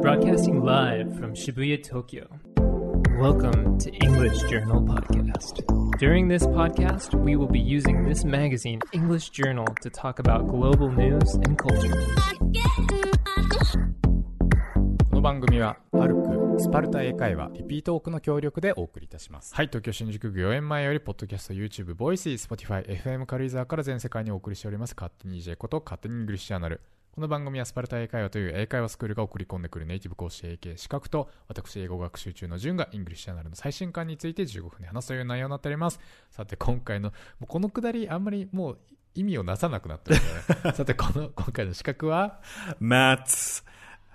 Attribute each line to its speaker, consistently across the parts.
Speaker 1: Broadcasting live from Shibuya, Tokyo. Welcome to English Journal Podcast. During this podcast, we will be using this magazine, English Journal, to talk about global news and culture.
Speaker 2: この番組はパルクスパルタ英会話リピートオークの協力でお送りいたしますはい東京新宿御苑前よりポッドキャスト YouTube ボイス Spotify FM 軽井沢から全世界にお送りしております勝手に EJ こと勝手にイングリッシュチャンネルこの番組はスパルタ英会話という英会話スクールが送り込んでくるネイティブ講師 AK 資格と私英語学習中の順がイングリッシュチャンネルの最新刊について15分で話すという内容になっておりますさて今回のもうこのくだりあんまりもう意味をなさなくなってる ねさてこの今回の資格は
Speaker 3: Matt.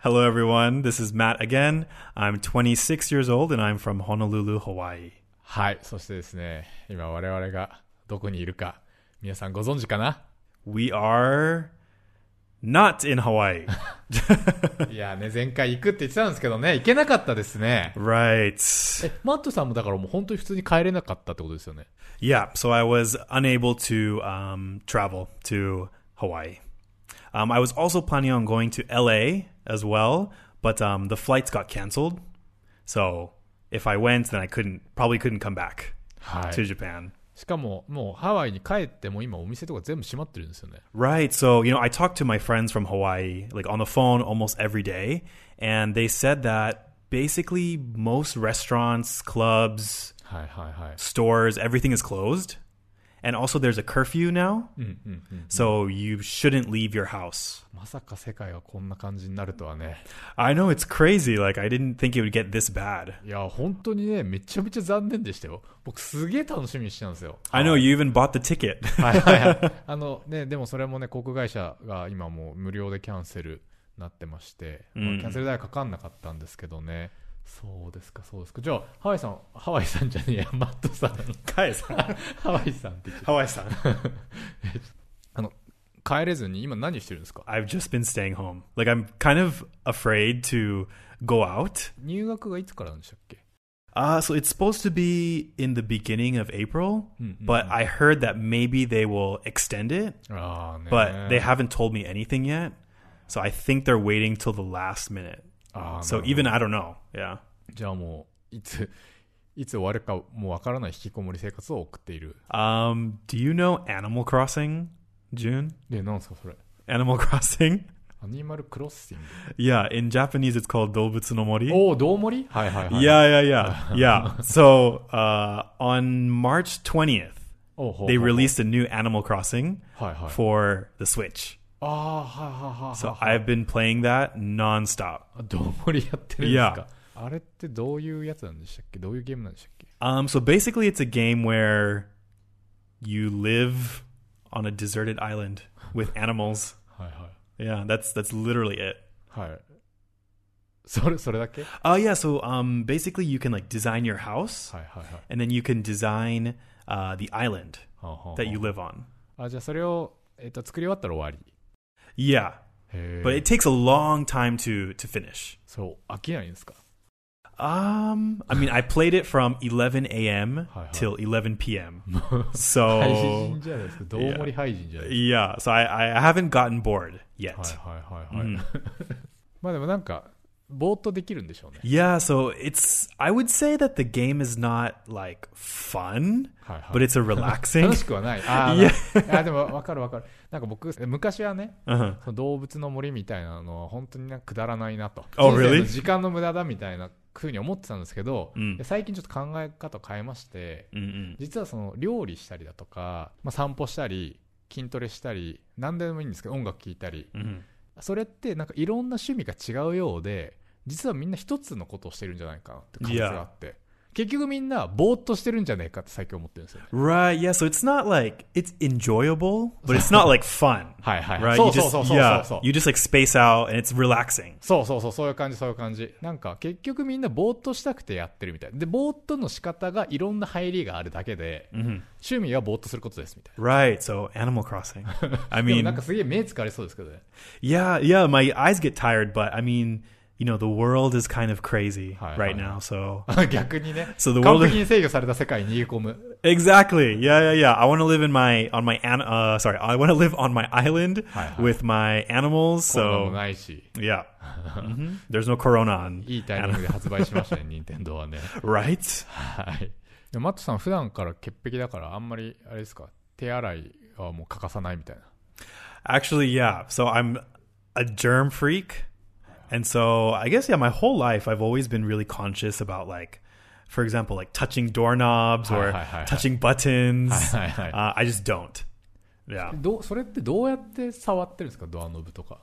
Speaker 3: Hello, everyone. This is Matt again. I'm 26 years old and I'm from Honolulu, Hawaii.
Speaker 2: はい、そしてですね、今我々がどこにいるか、皆さんご存知か な
Speaker 3: We are not in Hawaii.
Speaker 2: いやね、前回行くって言ってたんですけどね、行けなかったですね。
Speaker 3: right.
Speaker 2: え、マットさんもだからもう本当に普通に帰れなかったってことですよね。
Speaker 3: Yeah, so I was unable to um, travel to Hawaii. Um, I was also planning on going to LA as well, but um, the flights got canceled. So if I went, then I couldn't, probably couldn't come back
Speaker 2: は
Speaker 3: to Japan.
Speaker 2: しかも、もうハワイに帰っても今お店とか全部閉まってるんですよね。
Speaker 3: Right. So, you know, I talked to my friends from Hawaii, like on the phone almost every day, and they said that basically most restaurants, clubs,
Speaker 2: はいはいはい。
Speaker 3: stores, everything is closed. And also there's a curfew now. So you shouldn't leave your house.
Speaker 2: まさか世界がこんな感じになるとはね。
Speaker 3: I know it's crazy. Like I didn't think it would get this bad.
Speaker 2: いや、本当にね、めちゃめちゃ残念でしたよ。僕すげえ楽しみにしてたんですよ。
Speaker 3: I know you even bought the ticket.
Speaker 2: はいはいはい。 あのね、でもそれもね、航空会社が今もう無料でキャンセルなってまして、まあキャンセル代はかかんなかったんですけどね。そうですか、そうですか。じゃあ、ハワイさん、ハワイさんじゃねえや、マットさん。 ハワイさんって言ってた
Speaker 3: Hawaii-san.
Speaker 2: あの、帰れずに今何してるんですか
Speaker 3: I've just been staying home. Like I'm kind of afraid to go out.
Speaker 2: 入学がいつからなんでしたっけ
Speaker 3: Uh, so it's supposed to be in the beginning of April,
Speaker 2: Mm, mm,
Speaker 3: but I heard that maybe they will extend it,
Speaker 2: ああね。
Speaker 3: but they haven't told me anything yet. So I think they're waiting till the last minute.
Speaker 2: ああ
Speaker 3: So even I don't know. Yeah.
Speaker 2: じゃあもう、いつ、いつ終わるかもうわからない引きこもり生活を送っている。
Speaker 3: Um, do you know Animal Crossing, June?
Speaker 2: で、なんですか、それ。
Speaker 3: Animal Crossing?
Speaker 2: アニマルクロッシング。
Speaker 3: yeah, in Japanese it's called Dobutsu no Mori.
Speaker 2: おお、どうもりはいはいはい。
Speaker 3: Yeah, yeah, yeah. yeah. So uh, on March 20th,
Speaker 2: おうほうほうほう
Speaker 3: they released a new Animal Crossing
Speaker 2: はいはい。
Speaker 3: for the Switch.
Speaker 2: ああ、はいはいはい。
Speaker 3: So I've been playing that nonstop.
Speaker 2: どうもりやってるんですか。あれってどういうやつなんでしたっけどういうゲームなんでしたっけ
Speaker 3: Um, so basically, it's a game where you live on a deserted island with animals.
Speaker 2: はいは
Speaker 3: Yeah, that's that's literally it.
Speaker 2: い。はい。それ、それだけはい
Speaker 3: uh, yeah. So um, basically, you can like design your house,
Speaker 2: はいはい。
Speaker 3: and then you can design uh, the island
Speaker 2: はあはあは
Speaker 3: that you live on.
Speaker 2: ああ、じゃあそれを、えっと、作り終わったら終わり。
Speaker 3: Yeah,
Speaker 2: へ
Speaker 3: but it takes a long time to to finish.
Speaker 2: そう、飽きないんですか
Speaker 3: Um, I mean, I played it from 11 a.m.
Speaker 2: Hi, hi.
Speaker 3: till 11 p.m.
Speaker 2: 廃
Speaker 3: So
Speaker 2: 人じゃないですか。どうもり廃人じゃないです
Speaker 3: yeah, so I I haven't gotten bored yet. Mm.
Speaker 2: か。はいはいはいはい。まあでもなんか、ぼーっとできるんでしょうね。
Speaker 3: Yeah, so it's I would say that the game is not like fun,
Speaker 2: はいはい
Speaker 3: but。it's a relaxing.
Speaker 2: 楽しくはない。あ
Speaker 3: いや
Speaker 2: ーあ、でも分かる分かる。なんか僕、昔はね、
Speaker 3: Uh-huh.
Speaker 2: その動物の森みたいなのは本当になんかくだらないなと。
Speaker 3: Oh,
Speaker 2: 人生の
Speaker 3: really?
Speaker 2: 時間の無駄だみたいなふうに思ってたんですけど、
Speaker 3: うん
Speaker 2: 最近ちょっと考え方を変えまして
Speaker 3: Mm-mm.
Speaker 2: 実はその料理したりだとか、まあ、散歩したり筋トレしたり何でもいいんですけど音楽聴いたり
Speaker 3: Mhm.
Speaker 2: それってなんかいろんな趣味が違うようで実はみんな一つのことをしてるんじゃないかなって感じがあって、結局みんなぼーっとしてるんじゃないかって最近思ってるんですよね。
Speaker 3: Right, yeah, so it's not like it's enjoyable, but it's not like fun.
Speaker 2: はいはい、
Speaker 3: Right?
Speaker 2: そう
Speaker 3: you
Speaker 2: そう
Speaker 3: just
Speaker 2: そうそうそう
Speaker 3: yeah,
Speaker 2: そう
Speaker 3: you just like space out and it's relaxing.
Speaker 2: そうそうそう、そういう感じ、そういう感じ。なんか、結局みんなぼーっとしたくてやってるみたい。で、ぼーっとの仕方がいろんな入りがあるだけで、趣味はぼーっとすることですみたい
Speaker 3: Right, so Animal Crossing. I
Speaker 2: な。でも
Speaker 3: mean,
Speaker 2: なんかすげえ目疲れそうですけどね。
Speaker 3: yeah, yeah, my eyes get tired, but I mean, you know, the world is kind of crazy
Speaker 2: Hi,
Speaker 3: right
Speaker 2: hi.
Speaker 3: now. So
Speaker 2: 逆にね
Speaker 3: So the
Speaker 2: 完
Speaker 3: world
Speaker 2: 璧に制御された世界に逃げ込む
Speaker 3: exactly, yeah, yeah, yeah. I want to live in my on my an- uh, sorry, I want to live on my island
Speaker 2: Hi, hi.
Speaker 3: with my animals.
Speaker 2: コロナも
Speaker 3: So
Speaker 2: ないし
Speaker 3: yeah, Mhm. there's no corona on
Speaker 2: いいタイミングで発売しました ね任天堂はね
Speaker 3: right.
Speaker 2: はいでもマットさん普段から潔癖だからあんまりあれですか手洗いはもう欠かさないみたいな
Speaker 3: Actually, yeah. So I'm a germ freak. And so I guess, yeah, my whole life I've always been really conscious about, like, for example, like touching doorknobs
Speaker 2: Hi,
Speaker 3: or
Speaker 2: hi, hi, hi.
Speaker 3: touching buttons.
Speaker 2: Hi, hi, hi.
Speaker 3: Uh, I just don't. Yeah.
Speaker 2: どうそれってどうやって触ってるんですかドアノブとか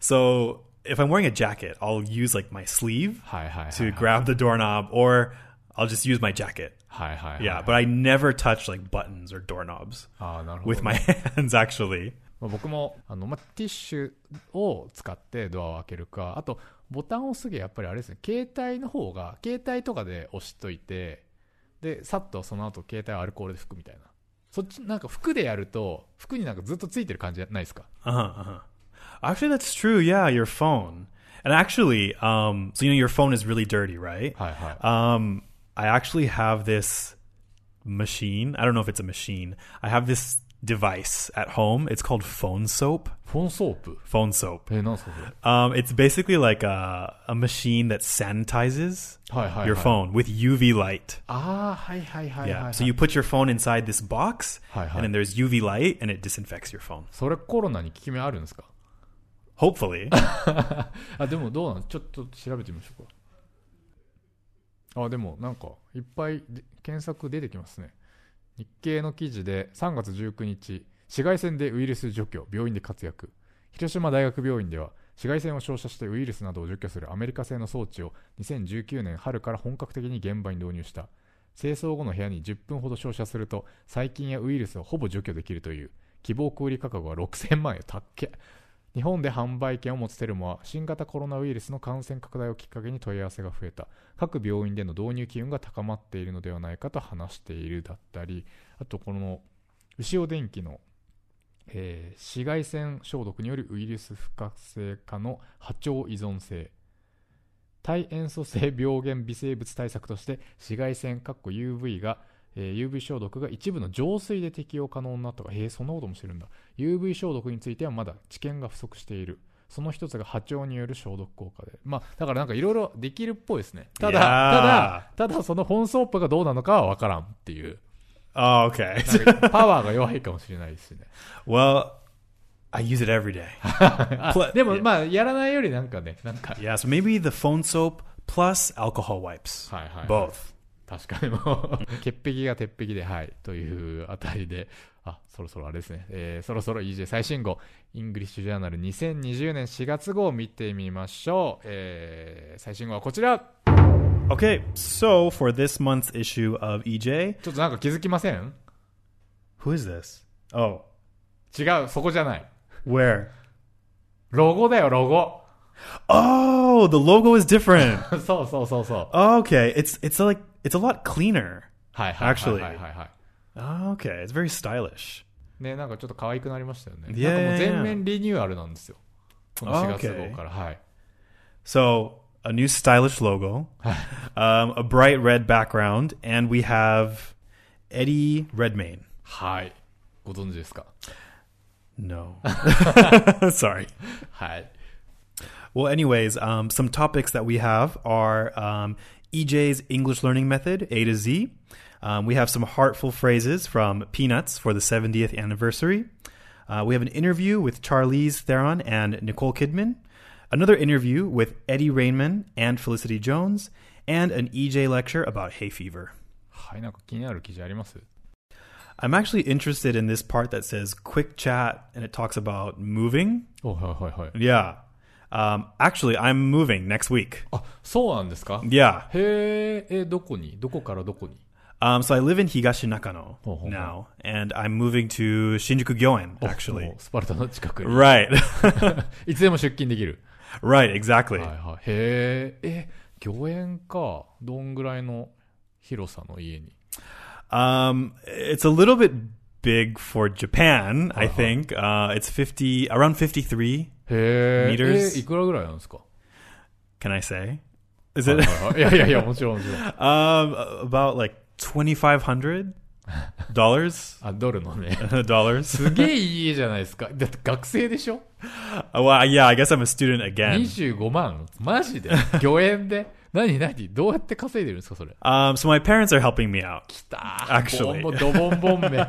Speaker 3: So if I'm wearing a jacket, I'll use like my sleeve
Speaker 2: はいはいはい
Speaker 3: to grab the doorknob or I'll just use my jacket.
Speaker 2: はいはいはい
Speaker 3: Yeah. But I never touch like buttons or doorknobs
Speaker 2: ああなるほど
Speaker 3: with my hands, actually.
Speaker 2: まあ、僕もあの、まあ、ティッシュを使ってドアを開けるかあとボタンを押すぎやっぱりあれですね携帯の方が携帯とかで押しといてでさっとその後携帯をアルコールで拭くみたいなそっちなんか服でやると服になんかずっとついてる感じじゃないですか
Speaker 3: Uh huh. Uh-huh. Actually, that's true. Yeah, your phone. And actually, um, so you know your phone is really dirty, right?
Speaker 2: はいはい、
Speaker 3: Um, I actually have this machine. I don't know if it's a machine. I have this device at home. It's called phone soap.
Speaker 2: フォンソープ
Speaker 3: Phone soap.
Speaker 2: えなんすかそれ
Speaker 3: Um, it's basically like a a machine that sanitizes
Speaker 2: はいはい、はい、
Speaker 3: your phone with UV light.
Speaker 2: ああはいはいはいはい、
Speaker 3: Yeah.
Speaker 2: はい
Speaker 3: So you put your phone inside this box,
Speaker 2: Hi, hi.
Speaker 3: and then there's UV light, and it disinfects your phone.
Speaker 2: それコロナに効き目あるんですか
Speaker 3: Hopefully.
Speaker 2: あでもどうなんちょっと調べてみましょうかあでもなんかいっぱいで検索出てきますね日経の記事で3月19日紫外線でウイルス除去病院で活躍広島大学病院では紫外線を照射してウイルスなどを除去するアメリカ製の装置を2019年春から本格的に現場に導入した清掃後の部屋に10分ほど照射すると細菌やウイルスをほぼ除去できるという希望小売価格は6000万円たっけ日本で販売権を持つテルモは新型コロナウイルスの感染拡大をきっかけに問い合わせが増えた各病院での導入機運が高まっているのではないかと話しているだったりあとこの潮電機の、えー紫外線消毒によるウイルス不活性化の波長依存性対塩素性病原微生物対策として紫外線かっこ UV が、えー UV 消毒が一部の浄水で適用可能になったがへえそんなこともしてるんだ UV 消毒についてはまだ知見が不足しているその一つが波長による消毒効果でまあだからなんかいろいろできるっぽいですねただ
Speaker 3: いや
Speaker 2: ただただその本ソープがどうなのかは分からんっていう
Speaker 3: oh, okay.
Speaker 2: なんかパワーが弱いかもしれないですね
Speaker 3: Well, I use it every day.
Speaker 2: あ
Speaker 3: Pl-
Speaker 2: でもまあやらないよりなんかねなんか
Speaker 3: yeah, so maybe the phone soap plus alcohol wipes.
Speaker 2: はいはい、
Speaker 3: Both.
Speaker 2: 確かにもう潔癖が鉄壁ではいというあたりであそろそろあれですね、えーそろそろ EJ 最新号イングリッシュジャーナル2020年4月号を見てみましょう、えー最新号はこちら
Speaker 3: Okay, so for this month's issue of EJ,
Speaker 2: ちょっとなんか気づきません
Speaker 3: who is this? Oh,
Speaker 2: 違うそこじゃない
Speaker 3: where?
Speaker 2: ロゴだよロゴ
Speaker 3: Oh, the logo is different.
Speaker 2: そうそうそうそう
Speaker 3: okay, it's it's like it's a lot cleaner.
Speaker 2: はいはいはい
Speaker 3: Actually
Speaker 2: はいはい、はい
Speaker 3: Okay, it's very stylish.
Speaker 2: ね、なんかちょっと可愛くなりましたよね。
Speaker 3: Yeah,
Speaker 2: なんかもう
Speaker 3: yeah,
Speaker 2: 全面リニューアルなんですよ。この
Speaker 3: Okay.
Speaker 2: 4月号から。はい。
Speaker 3: So a new stylish logo, um, a bright red background, and we have Eddie Redmayne.
Speaker 2: はい。ご存知ですか
Speaker 3: No, sorry.
Speaker 2: はい。
Speaker 3: Well, anyways, um, some topics that we have are um, EJ's English learning method, A to Z. Um, we have some heartful phrases from Peanuts for the 70th anniversary. Uh, we have an interview with Charlize Theron and Nicole Kidman, another interview with Eddie Rainman and Felicity Jones, and an EJ lecture about hay fever.
Speaker 2: はい、なんか気になる記事あります
Speaker 3: I'm actually interested in this part that says quick chat and it talks about moving.
Speaker 2: おはいはいはい。
Speaker 3: Yeah. Um, actually, I'm moving next week.
Speaker 2: あ、そうなんですか
Speaker 3: Yeah.
Speaker 2: へえ、え、どこにどこからどこに
Speaker 3: Um, so I live in Higashinakano
Speaker 2: Oh, oh,
Speaker 3: now, and I'm moving to Shinjuku Gyoen
Speaker 2: お
Speaker 3: actually.
Speaker 2: もうスパルタの近くに。
Speaker 3: Right,
Speaker 2: いつでも出勤できる。
Speaker 3: right, exactly.
Speaker 2: はいはい。へえ、え、御苑か。どんぐらいの広さの家に。
Speaker 3: Um, it's a little bit big for Japan,
Speaker 2: Oh,
Speaker 3: I
Speaker 2: oh.
Speaker 3: think. Uh, it's fifty around fifty three.
Speaker 2: へえ、
Speaker 3: Meters
Speaker 2: えいくらぐらいなんですか
Speaker 3: Can I say? Is
Speaker 2: はい
Speaker 3: it
Speaker 2: はいはいいやいやいや、もちろんもちろん。
Speaker 3: um about like twenty five hundred dollars?
Speaker 2: あ、ドルのね。
Speaker 3: dollars. Uh,
Speaker 2: すげえいい家じゃないですか。だって学生でしょ
Speaker 3: Well, yeah, I guess I'm a student again.
Speaker 2: 25万マジで漁園で何何どうやって稼いでるんですかそれ
Speaker 3: Um, so my parents are helping me out.
Speaker 2: きたー
Speaker 3: Actually.
Speaker 2: ボンボンドボンボンめ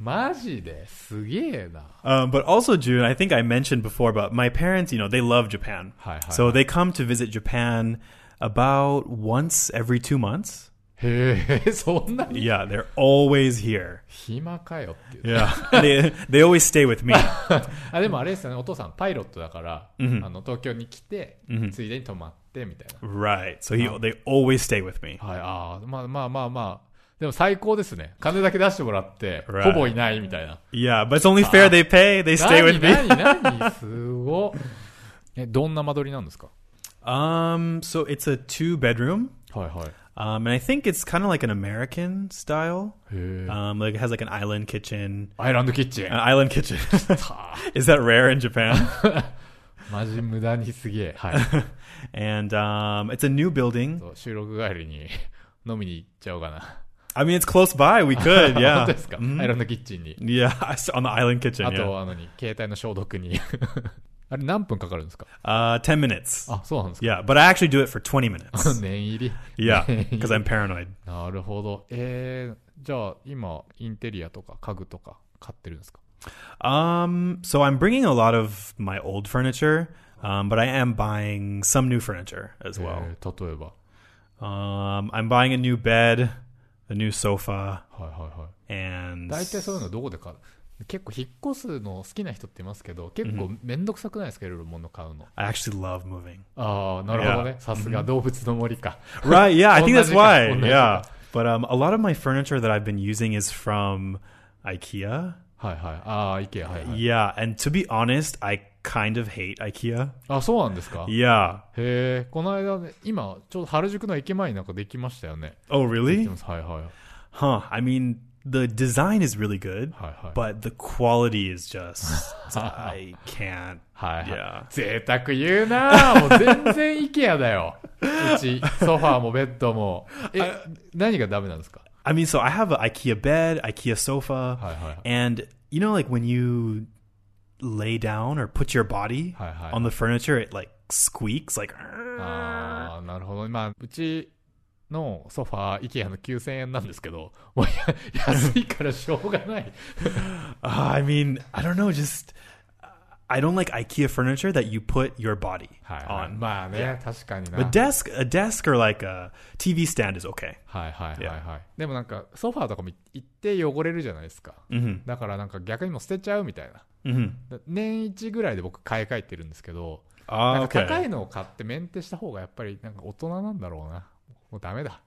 Speaker 2: マジですげえな
Speaker 3: Um, but also, June, I think I mentioned before, but my parents, you know, they love Japan.
Speaker 2: Hi, hi,
Speaker 3: so
Speaker 2: hi.
Speaker 3: they come to visit Japan about once every two months.
Speaker 2: へえそんな
Speaker 3: Yeah, they're always here.
Speaker 2: 暇かよっていう
Speaker 3: Yeah. they, they always stay with me.
Speaker 2: あでもあれですよねお父さんパイロットだから、
Speaker 3: うん
Speaker 2: あの東京に来て、
Speaker 3: うん
Speaker 2: ついでに泊まってみたいな
Speaker 3: right. So he, they always stay with me.
Speaker 2: はいあーまあまあまあまあでも最高ですね金だけ出してもらって、
Speaker 3: Right.
Speaker 2: ほぼいないみたいな
Speaker 3: Yeah, but it's only fair they pay. They stay with
Speaker 2: 何
Speaker 3: me.
Speaker 2: 何何すごっえどんな間取りなんですか
Speaker 3: Um, so it's a two bedroom.
Speaker 2: はいはいへ
Speaker 3: Um, and I think it's kind of like an American style.
Speaker 2: え
Speaker 3: Um, like it has like an island kitchen.
Speaker 2: アイランドキッチン
Speaker 3: An island kitchen. Is that rare in Japan?
Speaker 2: マジ無駄にすげえ。はい。
Speaker 3: and um, it's a new building.
Speaker 2: そう収録帰りに飲みに行っちゃおうかな。
Speaker 3: I mean, it's close by. We could,
Speaker 2: 本
Speaker 3: yeah. Mm-hmm.
Speaker 2: 当ですか、アイランドキッチンに。
Speaker 3: yeah, on the island kitchen.
Speaker 2: あ
Speaker 3: yeah.
Speaker 2: と、あのに、携帯の消毒に。 あれ何分かかるんですか
Speaker 3: Uh, 10 minutes.
Speaker 2: あ、そうなんですか
Speaker 3: Yeah, but I actually do it for 20 minutes.
Speaker 2: 念入り。
Speaker 3: yeah, because I'm paranoid.
Speaker 2: なるほど。えー、じゃあ今、インテリアとか家具とか買ってるんですか
Speaker 3: Um, so I'm bringing a lot of my old furniture, um, but I am buying some new furniture as
Speaker 2: え
Speaker 3: well.
Speaker 2: ー例えば。は
Speaker 3: Um, I'm buying a new bed, a new sofa,
Speaker 2: いはいはい。
Speaker 3: and
Speaker 2: 大体そういうのどこで買う結構引っ越すの好きな人っていますけど、結構めんどくさくないですかいろいろ物買うの。
Speaker 3: I actually love moving.
Speaker 2: ああ、なるほどね。さすが動物の森か。
Speaker 3: Right, yeah, I think that's
Speaker 2: Onnaji ka,
Speaker 3: why.
Speaker 2: onnaji ka.
Speaker 3: Yeah. But um, a lot of my furniture that I've been using is from IKEA.
Speaker 2: はいはい。ああ、意見、はいはい。
Speaker 3: Yeah, and to be honest, I kind of hate IKEA.
Speaker 2: あ、そうなんですかへ
Speaker 3: Yeah.
Speaker 2: え、この間ね、今、ちょうど原宿の駅前になんかできましたよね。
Speaker 3: Oh,
Speaker 2: で
Speaker 3: really?
Speaker 2: もはいはい。はい
Speaker 3: Huh. I mean, the design is really good,
Speaker 2: はい。
Speaker 3: but the quality is just I can't.
Speaker 2: はいは
Speaker 3: Yeah.
Speaker 2: い。贅沢言うなぁもう全然 IKEA だ よ。うち、ソファーもベッドも。え、何がダメなんですか
Speaker 3: I mean, so I have an IKEA bed, IKEA sofa,
Speaker 2: はいはいはい。
Speaker 3: and you know, like when you lay down or put your body
Speaker 2: Hi, hi,
Speaker 3: on the furniture, it like squeaks, like.
Speaker 2: ああ、なるほど。まあ、うちのソファー、IKEA の9000円なんですけど、もうや安いからしょうがない。
Speaker 3: Uh, I mean, I don't know. Just I don't like IKEA furniture that you put your body
Speaker 2: はいはい。
Speaker 3: on.
Speaker 2: まあね、確かにな。
Speaker 3: A desk, a desk, or like a TV stand is okay.
Speaker 2: はいはいはい
Speaker 3: Yeah.
Speaker 2: はい。でもなんか、ソファーとかも一定汚れるじゃないですか。
Speaker 3: Mm-hmm.
Speaker 2: だからなんか逆にもう捨てちゃうみたいな。
Speaker 3: Mm-hmm.
Speaker 2: だ年一ぐらいで僕買い替えてるんですけど、なんか高
Speaker 3: okay.
Speaker 2: いのを買ってメンテした方がやっぱりなんか大人なんだろうな。もうダメだ。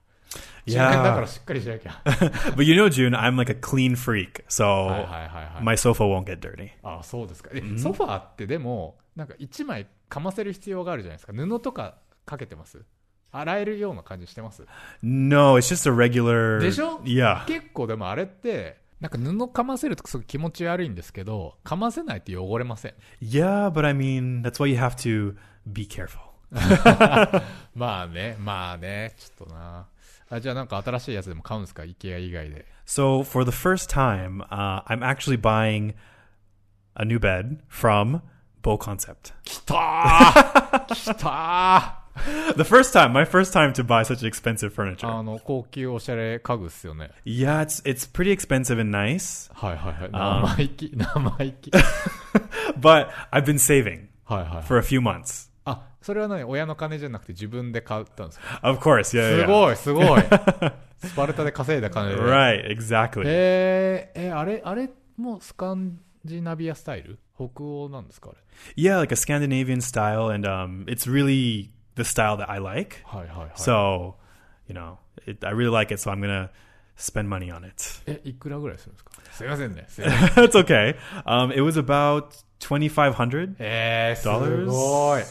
Speaker 3: い
Speaker 2: 人
Speaker 3: やー
Speaker 2: 間だからしっかりしなきゃ。はい
Speaker 3: But you know, June, I'm like a clean freak, so
Speaker 2: はいはいはい。
Speaker 3: my sofa won't get dirty.
Speaker 2: ああ、そうですか。えソファーってでも、なんか一枚かませる必要があるじゃないですか。布とかかけてます洗えるような感じしてます
Speaker 3: No, it's just a regular.
Speaker 2: でしょ
Speaker 3: Yeah.
Speaker 2: 結構でもあれって、なんか布かませるとすごい気持ち悪いんですけど、かませないと汚れま せん。
Speaker 3: Yeah, but I mean, that's why you have to be careful.
Speaker 2: まあね、まあね、ちょっとな。あじゃあなんか新しいやつでも買うんですか ?IKEA 以外で。
Speaker 3: So for the first time, uh, I'm actually buying a new bed from Bow Concept.
Speaker 2: きた ーきたー
Speaker 3: The first time, my first time to buy such expensive furniture.
Speaker 2: あの、高級おしゃれ家具っすよね。
Speaker 3: yeah, it's it's pretty expensive and nice,
Speaker 2: はいはいはい。生意気、生意気。はい
Speaker 3: but I've been saving
Speaker 2: はいはい。
Speaker 3: for a few months.
Speaker 2: あ、それは何親の金じゃなくて自分で買ったんですか
Speaker 3: Of course,
Speaker 2: す
Speaker 3: yeah, yeah, yeah.
Speaker 2: ごい、すごい。スパルタで稼いだ 金で。
Speaker 3: Right, exactly.
Speaker 2: えー、え、あれ、あれ、もうスカンジナビアスタイル北欧なんですかあれ。
Speaker 3: Yeah, like a Scandinavian style, and um, it's really the style that I like.
Speaker 2: はいはいはい。
Speaker 3: So, you know, it, I really like it, so I'm gonna spend money on it.
Speaker 2: え、いくらぐらいするんですかすいませんね。すいません
Speaker 3: That's okay. Um, it was about twenty five hundred.
Speaker 2: えー、す
Speaker 3: Dollars?
Speaker 2: ごい。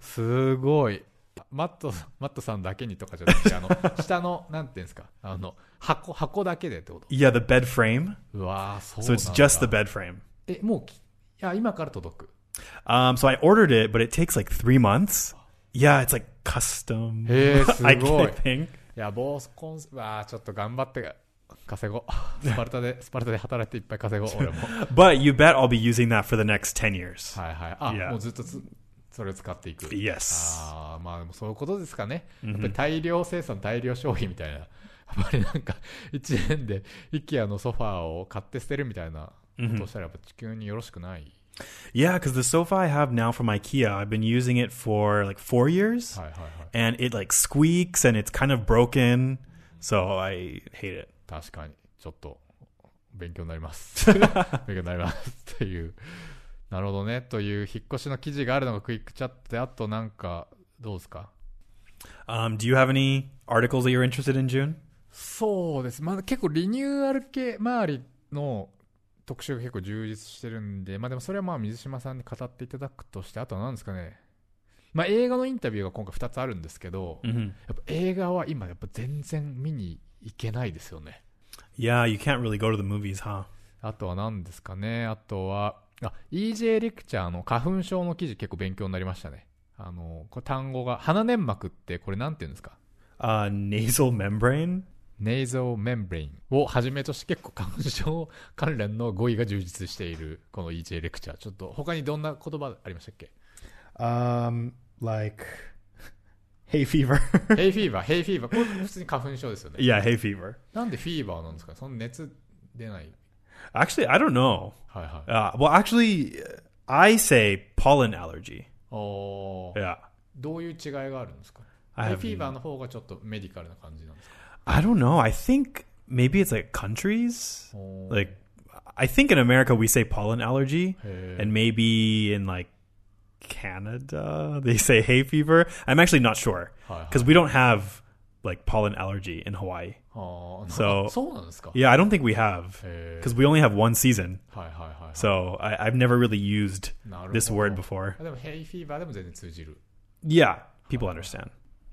Speaker 2: すごい。マット、マットさんだけにとかじゃなく て、あの、下の、なんていうんですか、あの、箱、箱だけでってこと
Speaker 3: Yeah, the bed frame.
Speaker 2: うわー、そう
Speaker 3: So
Speaker 2: なん
Speaker 3: it's
Speaker 2: だ。
Speaker 3: just the bed frame.
Speaker 2: え、もうき、いや、今から届く。
Speaker 3: Um, so I ordered it, but it takes like three months. Yeah, it's like custom.
Speaker 2: へえす
Speaker 3: I
Speaker 2: ごい
Speaker 3: I。think.
Speaker 2: いや、ボーコンス、わあちょっと頑張って稼ごう。スパルタで、スパルタで働いていっぱい稼ごう、俺も。
Speaker 3: But you bet I'll be using that for the next 10 years.
Speaker 2: はいはい。あ、
Speaker 3: Yeah.
Speaker 2: もうずっとつそれを使っていく。
Speaker 3: Yes.
Speaker 2: あーまあでもそういうことですかね。やっぱり大量生産、大量消費みたいな。や っぱりなんか、1年で IKEA のソファーを買って捨てるみたいなことをしたら、やっぱ地球によろしくない。
Speaker 3: Yeah, because the sofa I have now from IKEA, I've been using it for like four years,
Speaker 2: はいはいはい。
Speaker 3: and it like squeaks and it's kind of broken, so I hate it.
Speaker 2: 確かに。ちょっと、勉強になります。 勉強になります。っていう。なるほどね。という、引っ越しの記事があるのがクイックチャットで、あとなんか、どうですか
Speaker 3: Um, do you have any articles that you're interested in, June?
Speaker 2: そうです、まあ、結構リニューアル系周りの特集が結構充実してるんで、まあ、でもそれはまあ水島さんに語っていただくとして、あとは何ですかね、まあ、映画のインタビューが今回2つあるんですけど、や
Speaker 3: Mm-hmm.
Speaker 2: っぱ映画は今、やっぱ全然見に行けないですよね。
Speaker 3: Yeah, you can't really go to the movies, huh?
Speaker 2: あとは何ですかね、あとは、あ EJ レクチャーの花粉症の記事、結構勉強になりましたね。あのこれ単語が、鼻粘膜ってこれ、なんていうんですか
Speaker 3: Uh, nasal membrane.
Speaker 2: ネイゾーメンブレインをはじめとして結構花粉症関連の語彙が充実しているこの EJ レクチャーちょっと他にどんな言葉ありましたっけ
Speaker 4: Um, like hay fever.
Speaker 2: ヘイフィーバーヘイフィーバーこれ普通に花粉症ですよね
Speaker 3: yeah, hay fever.
Speaker 2: なんでフィーバーなんですかねその熱出ない
Speaker 3: Actually, I don't know.
Speaker 2: はいはい
Speaker 3: Uh, well, actually, I say pollen allergy.
Speaker 2: おー
Speaker 3: Yeah.
Speaker 2: どういう違いがあるんですか
Speaker 3: I
Speaker 2: ヘイ
Speaker 3: have-
Speaker 2: フィーバーの方がちょっとメディカルな感じなんですか
Speaker 3: I don't know. I think maybe it's like countries.
Speaker 2: おー
Speaker 3: Like, I think in America we say pollen allergy,
Speaker 2: へー
Speaker 3: and maybe in like Canada they say hay fever. I'm actually not sure
Speaker 2: はいはい
Speaker 3: because we don't have like pollen allergy in Hawaii.
Speaker 2: あー
Speaker 3: So-
Speaker 2: そうなんですか
Speaker 3: Yeah, I don't think we have
Speaker 2: へー
Speaker 3: because we only have one season.
Speaker 2: はいはいはいはい
Speaker 3: So I, I've never really used
Speaker 2: なるほ
Speaker 3: this
Speaker 2: ど
Speaker 3: word before.
Speaker 2: でもヘイフィーバーでも全然通じる
Speaker 3: Yeah, people understand.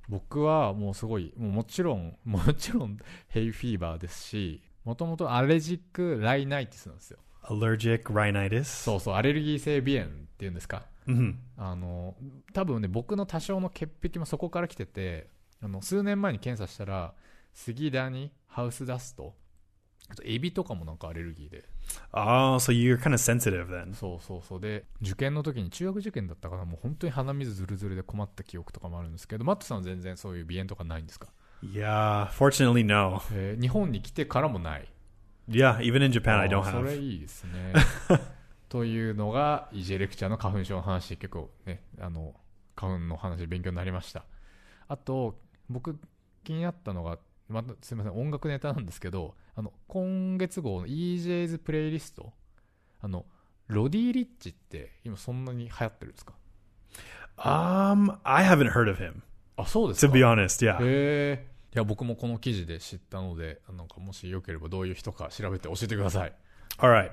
Speaker 2: 僕はもうすごいもうもちろん もちろんヘイフィーバーですしもともとアレジックライナイティスなんですよ
Speaker 3: Allergic rhinitis.
Speaker 2: そうそうアレルギー性鼻炎っていうんですか
Speaker 3: Mhm.
Speaker 2: あの多分ね僕の多少の潔癖もそこから来ててあの数年前に検査したらスギダニハウスダストあとエビとかもなんかアレルギーで
Speaker 3: Oh, so you're kind of sensitive then.
Speaker 2: そうそうそうで受験の時に中学受験だったかなもう本当に鼻水ずるずるで困った記憶とかもあるんですけどマットさんは全然そういう鼻炎とかないんですか、
Speaker 3: Yeah, fortunately, no.
Speaker 2: えー日本に来てからもない
Speaker 3: Yeah, even in Japan, I don't
Speaker 2: あーそれ
Speaker 3: have.
Speaker 2: いいです ね。というのが、イジェレクチャーの花粉症の話、結構ね、あの、花粉の話、勉強になりました。あと、僕、気になったのが、またすみません、音楽ネタなんですけど、あの、今月号の EJ's プレイリスト、あの、ロディ・リッチって今そんなに流行ってるんですか
Speaker 3: Um, I haven't heard of him
Speaker 2: あ、そうです
Speaker 3: to
Speaker 2: か
Speaker 3: be honest. Yeah.
Speaker 2: へえ。いや、僕もこの記事で知ったので、なんかもしよければどういう人か調べて教えてください。
Speaker 3: All right.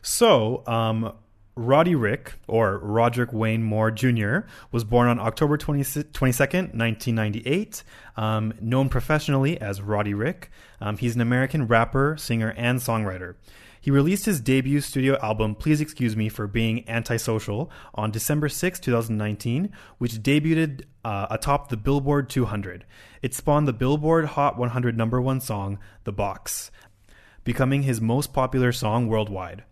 Speaker 3: So, um, Roddy Rick, or Roderick Wayne Moore Jr., was born on October 20, 22nd, 1998, um, known professionally as Roddy Rick. Um, he's an American rapper, singer, and songwriter. He released his debut studio album, Please Excuse Me for Being Antisocial, on December 6, 2019, which debuted uh, atop the Billboard 200. It spawned the Billboard Hot 100 number one song, The Box becoming his most popular song worldwide.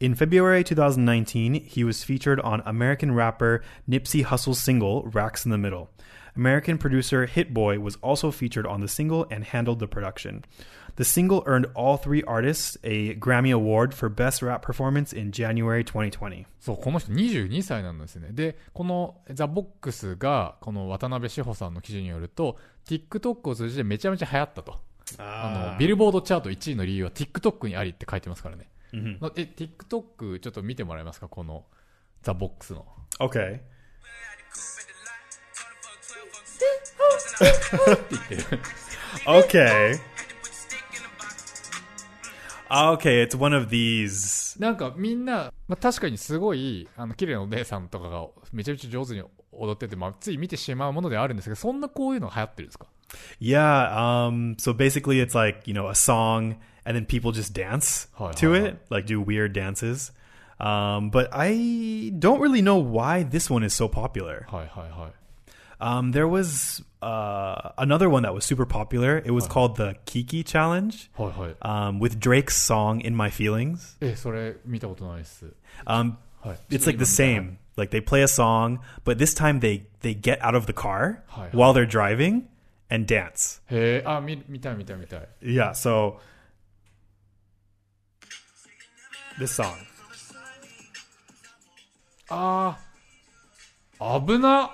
Speaker 3: In February 2019, he was featured on American rapper Nipsey Hussle's single Racks in the Middle. American producer Hit Boy was also featured on the single and handled the production. The single earned all three artists a Grammy Award for Best Rap Performance in January 2020.
Speaker 2: そう、この人22歳なんですね。で、このザ・ボックスが、この渡辺志保さんの記事によると、TikTok を通じてめちゃめちゃ流行ったと。あの、ビルボードチャート1位の理由は TikTok にありって書いてますからね。のえ、TikTok ちょっと見てもらえますかこのザ・ボックスの。
Speaker 3: Okay. って言ってる。Okay. Ah, Okay, it's one of these.
Speaker 2: なんかみんな、まあ、確かにすごい、あの、綺麗なお姉さんとかがめちゃめちゃ上手に踊ってて、まあ、つい見てしまうものではあるんですけど、そんなこういうのが流行ってるんですか
Speaker 3: Yeah, um so basically it's like, you know, a song and then people just dance
Speaker 2: Hi,
Speaker 3: to
Speaker 2: hi,
Speaker 3: it, like do weird dances. Um but I don't really know why this one is so popular.
Speaker 2: はいはいはい。
Speaker 3: Um, there was uh, another one that was super popular. It was called the Kiki Challenge
Speaker 2: はいはい
Speaker 3: um, with Drake's song "In My Feelings."
Speaker 2: えそれ見たことないです、
Speaker 3: Um,
Speaker 2: はい、
Speaker 3: it's like
Speaker 2: ちょ
Speaker 3: the
Speaker 2: っと今見
Speaker 3: same. Like they play a song, but this time they they get out of the car
Speaker 2: Hi.
Speaker 3: while they're driving and dance.
Speaker 2: たへえあ見見たい見たい見たい
Speaker 3: Yeah. So this song.
Speaker 2: あー危なっ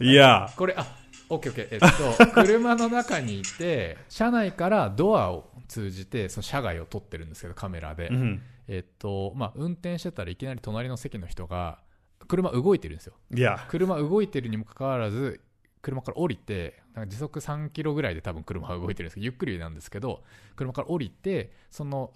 Speaker 3: Yeah.
Speaker 2: これあオッケーオッケーえっと車の中にいて車内からドアを通じてその車外を撮ってるんですけどカメラで、
Speaker 3: Mhm.
Speaker 2: えっとまあ運転してたらいきなり隣の席の人が車動いてるんですよ
Speaker 3: Yeah.
Speaker 2: 車動いてるにもかかわらず車から降りてなんか時速3キロぐらいで多分車は動いてるんですけどゆっくりなんですけど車から降りてその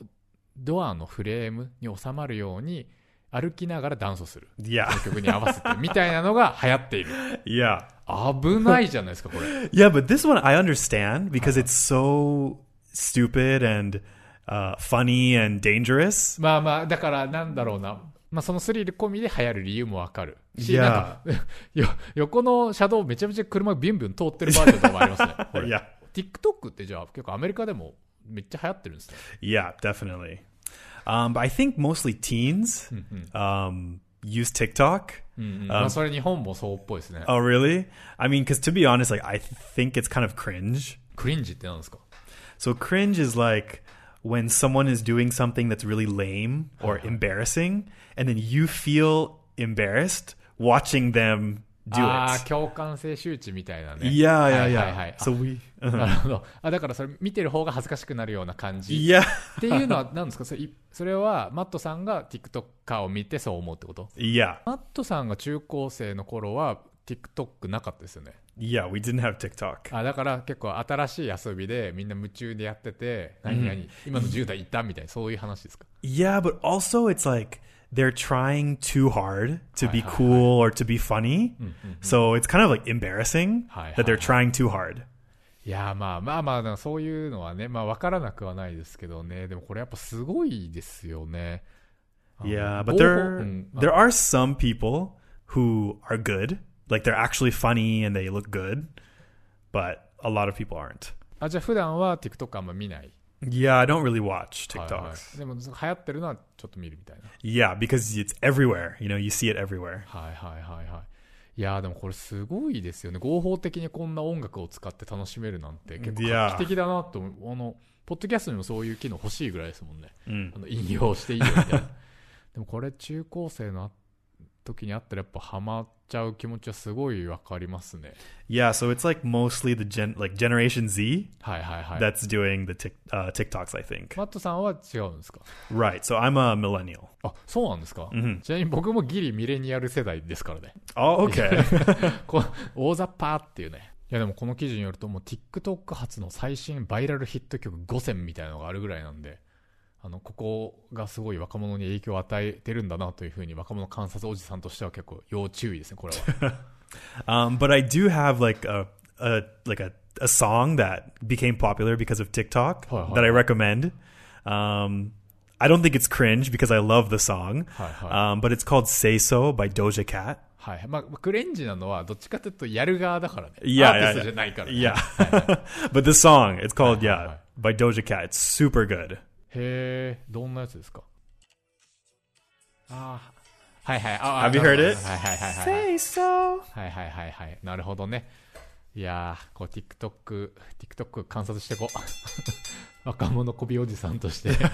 Speaker 2: ドアのフレームに収まるように歩きながらダンスをする
Speaker 3: Yeah.
Speaker 2: 曲に合わせてみたいなのが流行っている
Speaker 3: Yeah.
Speaker 2: 危ないじゃないですかこれ
Speaker 3: Yeah, but this one I understand because it's so stupid and uh, funny and dangerous.
Speaker 2: まあまあだからなんだろうなまあそのスリル込みで流行る理由もわかるし、
Speaker 3: いや
Speaker 2: なんか よ横の車道めちゃめちゃ車ビュンビュン通ってるバージョンとかもありますねこれ
Speaker 3: Yeah,
Speaker 2: TikTok ってじゃあ結構アメリカでもめっちゃ流行ってるんですね
Speaker 3: yeah, definitely. Um, but I think mostly teens um, use TikTok.
Speaker 2: まあそれ日本もそうっぽいですね。
Speaker 3: Oh, really? I mean, because to be honest, like I think it's kind of cringe.
Speaker 2: クリンジってなんですか
Speaker 3: So cringe is like when someone is doing something that's really lame or embarrassing, and then you feel embarrassed watching them do
Speaker 2: ああ、
Speaker 3: it.
Speaker 2: 共感性周知みたいなね。
Speaker 3: Yeah, yeah,
Speaker 2: はいはいは
Speaker 3: yeah.
Speaker 2: い
Speaker 3: So we,
Speaker 2: あなるほど。あ、だからそれ見てる方が恥ずかしくなるような感じ。
Speaker 3: yeah.
Speaker 2: っていうのは何ですかそれいそれはマットさんが TikToker を見てそう思うってこと
Speaker 3: Yeah.
Speaker 2: マットさんが中高生の頃は TikTok なかったですよね。
Speaker 3: Yeah, we didn't have TikTok.
Speaker 2: あだから結構新しい遊びでみんな夢中でやってて、何々、今の10代いたみたいな、そういう話ですか
Speaker 3: Yeah, but also it's like they're trying too hard to be
Speaker 2: hi, hi.
Speaker 3: cool or to be funny. So it's kind of like embarrassing
Speaker 2: Hi, hi,
Speaker 3: that they're
Speaker 2: hi.
Speaker 3: trying too hard.
Speaker 2: いやーまあまあまあでもそういうのはねまあ分からなくはないですけどねでもこれやっぱすごいですよね Um,
Speaker 3: Yeah, but
Speaker 2: oh,
Speaker 3: there
Speaker 2: mm,
Speaker 3: there are some people who are good. Like they're actually funny and they look good, but a lot of people aren't.
Speaker 2: あじゃあ普段は TikTok あんま見ない
Speaker 3: Yeah, I don't really watch
Speaker 2: はい
Speaker 3: TikToks.
Speaker 2: はいでも流行ってるのはちょっと見るみたいな
Speaker 3: Yeah, because it's everywhere. You know, you see it everywhere.
Speaker 2: はいはいはいはいいやーでもこれすごいですよね合法的にこんな音楽を使って楽しめるなんて結構
Speaker 3: いやー
Speaker 2: 画期的だなと思うあのポッドキャストにもそういう機能欲しいぐらいですもんね
Speaker 3: Mm.
Speaker 2: あの引用していいよみたいな でもこれ中高生の時にあったらやっぱハマっちゃう気持ちはすごいわかりますね
Speaker 3: Yeah, so it's like mostly the gen like Generation Z
Speaker 2: はいはいはい
Speaker 3: that's doing the tic- uh, TikToks, I think.
Speaker 2: マットさんは違うんですか
Speaker 3: Right. So I'm a millennial.
Speaker 2: あそうなんですか、
Speaker 3: ん
Speaker 2: ちなみに僕もギリミレニアル世代ですからね
Speaker 3: Oh, okay.
Speaker 2: こう大雑把っていうねいやでもこの記事によるともう TikTok 発の最新バイラルヒット曲5選みたいなのがあるぐらいなんであのここがすごい若者に影響を与えてるんだなというふうに若者観察おじさんとしては結構要注意ですねこれは
Speaker 3: um, but I do have like a, a like a, a song that became popular because of TikTok
Speaker 2: Hi, hi,
Speaker 3: that I
Speaker 2: hi.
Speaker 3: recommend. Um, I don't think it's cringe because I love the song.
Speaker 2: Hi, hi.
Speaker 3: Um, but it's called "Say So" by Doja Cat.
Speaker 2: はいまあクレンジなのはどっちかというとやる側だからね
Speaker 3: いや
Speaker 2: アーティス
Speaker 3: いやい
Speaker 2: ト
Speaker 3: や
Speaker 2: じゃないから、ね、
Speaker 3: Yeah, but the song it's
Speaker 2: Hi,
Speaker 3: called
Speaker 2: hi,
Speaker 3: "Yeah"
Speaker 2: hi.
Speaker 3: by Doja Cat. It's super good.
Speaker 2: へえ、どんなやつですかああ、はいはい。あ
Speaker 3: Have you heard it?
Speaker 2: はいはいはいはいはい。
Speaker 3: Say so.
Speaker 2: はいはいはいはい。なるほどね。いやー、こう TikTok、TikTok 観察してこう。 若者こびおじさんとして。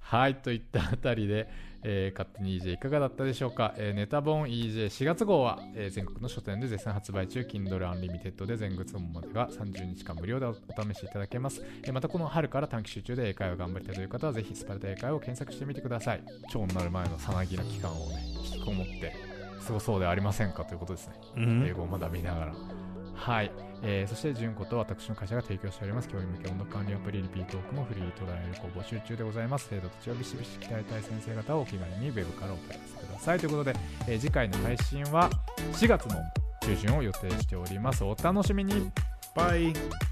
Speaker 2: はい、といったあたりで、えー勝手に EJ いかがだったでしょうか、えーネタ本 EJ4 月号は、えー全国の書店で絶賛発売中、Kindle Unlimited で全月本までが30日間無料でお試しいただけます。えーまたこの春から短期集中で英会話を頑張りたいという方は、ぜひスパルタ英会話を検索してみてください。腸になる前のさなぎの期間をね、引きこもって過ごそうではありませんかということですね。
Speaker 3: Mhm.
Speaker 2: 英語をまだ見ながら。はい、えーそして純子と私の会社が提供しております教員向け音楽管理アプリリピートークもフリートライアルを募集中でございます生徒たちをビシビシ鍛えたい先生方をお気軽にウェブからお問い合わせくださいということで、えー次回の配信は4月の中旬を予定しておりますお楽しみに
Speaker 3: Bye.